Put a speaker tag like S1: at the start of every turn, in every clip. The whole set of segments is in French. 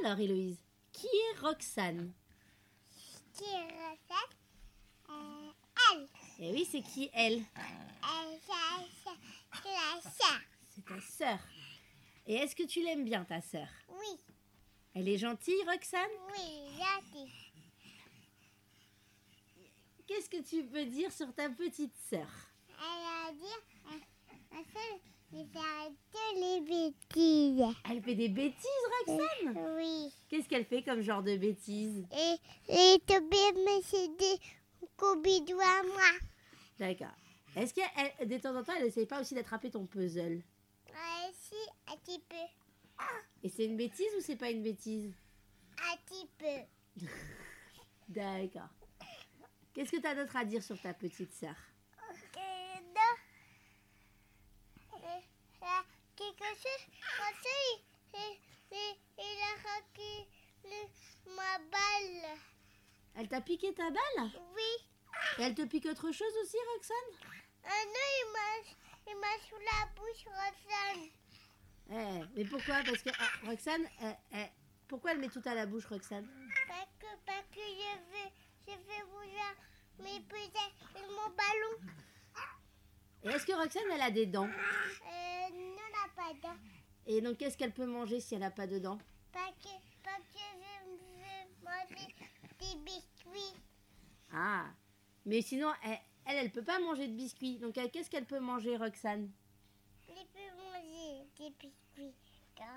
S1: Alors, Héloïse, qui est Roxane
S2: Qui recette euh, Elle.
S1: Eh oui, c'est qui elle
S2: Elle, ça, ça, c'est la sœur.
S1: C'est ta sœur. Et est-ce que tu l'aimes bien, ta sœur
S2: Oui,
S1: Elle est gentille, Roxane
S2: oui, gentil.
S1: Qu'est-ce que tu peux dire sur ta petite sœur
S2: Elle a dit, euh, ma sœur, je faire toutes les bêtises.
S1: Elle fait des bêtises, Roxane
S2: Oui.
S1: Qu'est-ce qu'elle fait comme genre de bêtises
S2: Et les tobias me c'est des coubidous à moi.
S1: D'accord. Est-ce qu'elle, de temps en temps, elle essaye pas aussi d'attraper ton puzzle
S2: Ouais, si, un petit peu.
S1: Et c'est une bêtise ou c'est pas une bêtise
S2: Un petit peu.
S1: D'accord. Qu'est-ce que tu as d'autre à dire sur ta petite sœur
S2: Et non. Et là, quelque chose, mon seul, il, il, il a raqué le- ma balle.
S1: Elle t'a piqué ta balle
S2: Oui.
S1: Et elle te pique autre chose aussi, Roxane
S2: Ah non, il m'a- il m'a sous la bouche, Roxane.
S1: Eh, mais pourquoi Parce que ah, Roxane, eh, eh, pourquoi elle met tout à la bouche, Roxane
S2: Parce que, parce que je veux, je veux vouloir mes peut-être mon ballon.
S1: Et est-ce que Roxane, elle a des dents
S2: Euh, non, la pas dedans.
S1: Et donc, qu'est-ce qu'elle peut manger si elle n'a pas de dents
S2: Parce que, parce que je veux manger des biscuits.
S1: Ah Mais sinon, eh, elle, elle peut pas manger de biscuits. Donc, elle- qu'est-ce qu'elle peut manger, Roxane
S2: Je peux manger des biscuits grâce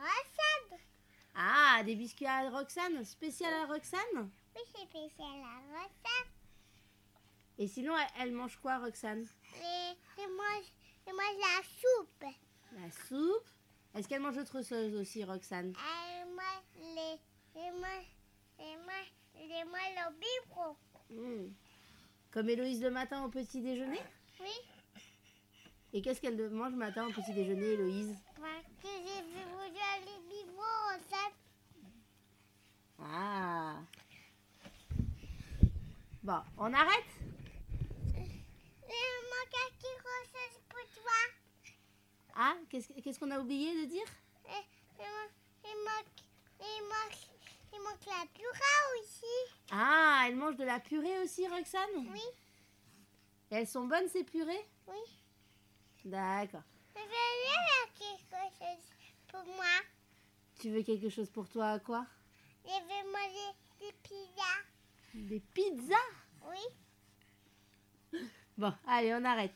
S2: à
S1: Ah, des biscuits à Roxane Spécial à Roxane
S2: Oui, j'ai fait ça la recette.
S1: Et sinon, elle, elle mange quoi, Roxane
S2: Mais je mange, je mange la soupe.
S1: La soupe Est-ce qu'elle mange autre chose aussi, Roxane
S2: Elle mange les, je mange, je mange, je mange le biberon.
S1: Hmm. Comme Héloïse le matin au petit déjeuner
S2: Oui.
S1: Et qu'est-ce qu'elle mange le matin au petit déjeuner, Héloïse
S2: Parce que j'ai vu vouloir les biberons, ça.
S1: Ah Bon, on arrête
S2: Il manque un petit recette pour toi.
S1: Ah, qu'est-ce que- qu'est-ce qu'on a oublié de dire
S2: Et- Il manque, il manque, il manque, il manque la purée aussi.
S1: Ah, elle mange de la purée aussi, Roxane
S2: Oui,
S1: Et elles sont bonnes, ces purées
S2: oui.
S1: D'accord.
S2: Je vais aller faire quelque chose pour moi.
S1: Tu veux quelque chose pour toi, quoi
S2: Je vais manger des pizzas.
S1: Des pizzas
S2: Oui.
S1: Bon, allez, on arrête.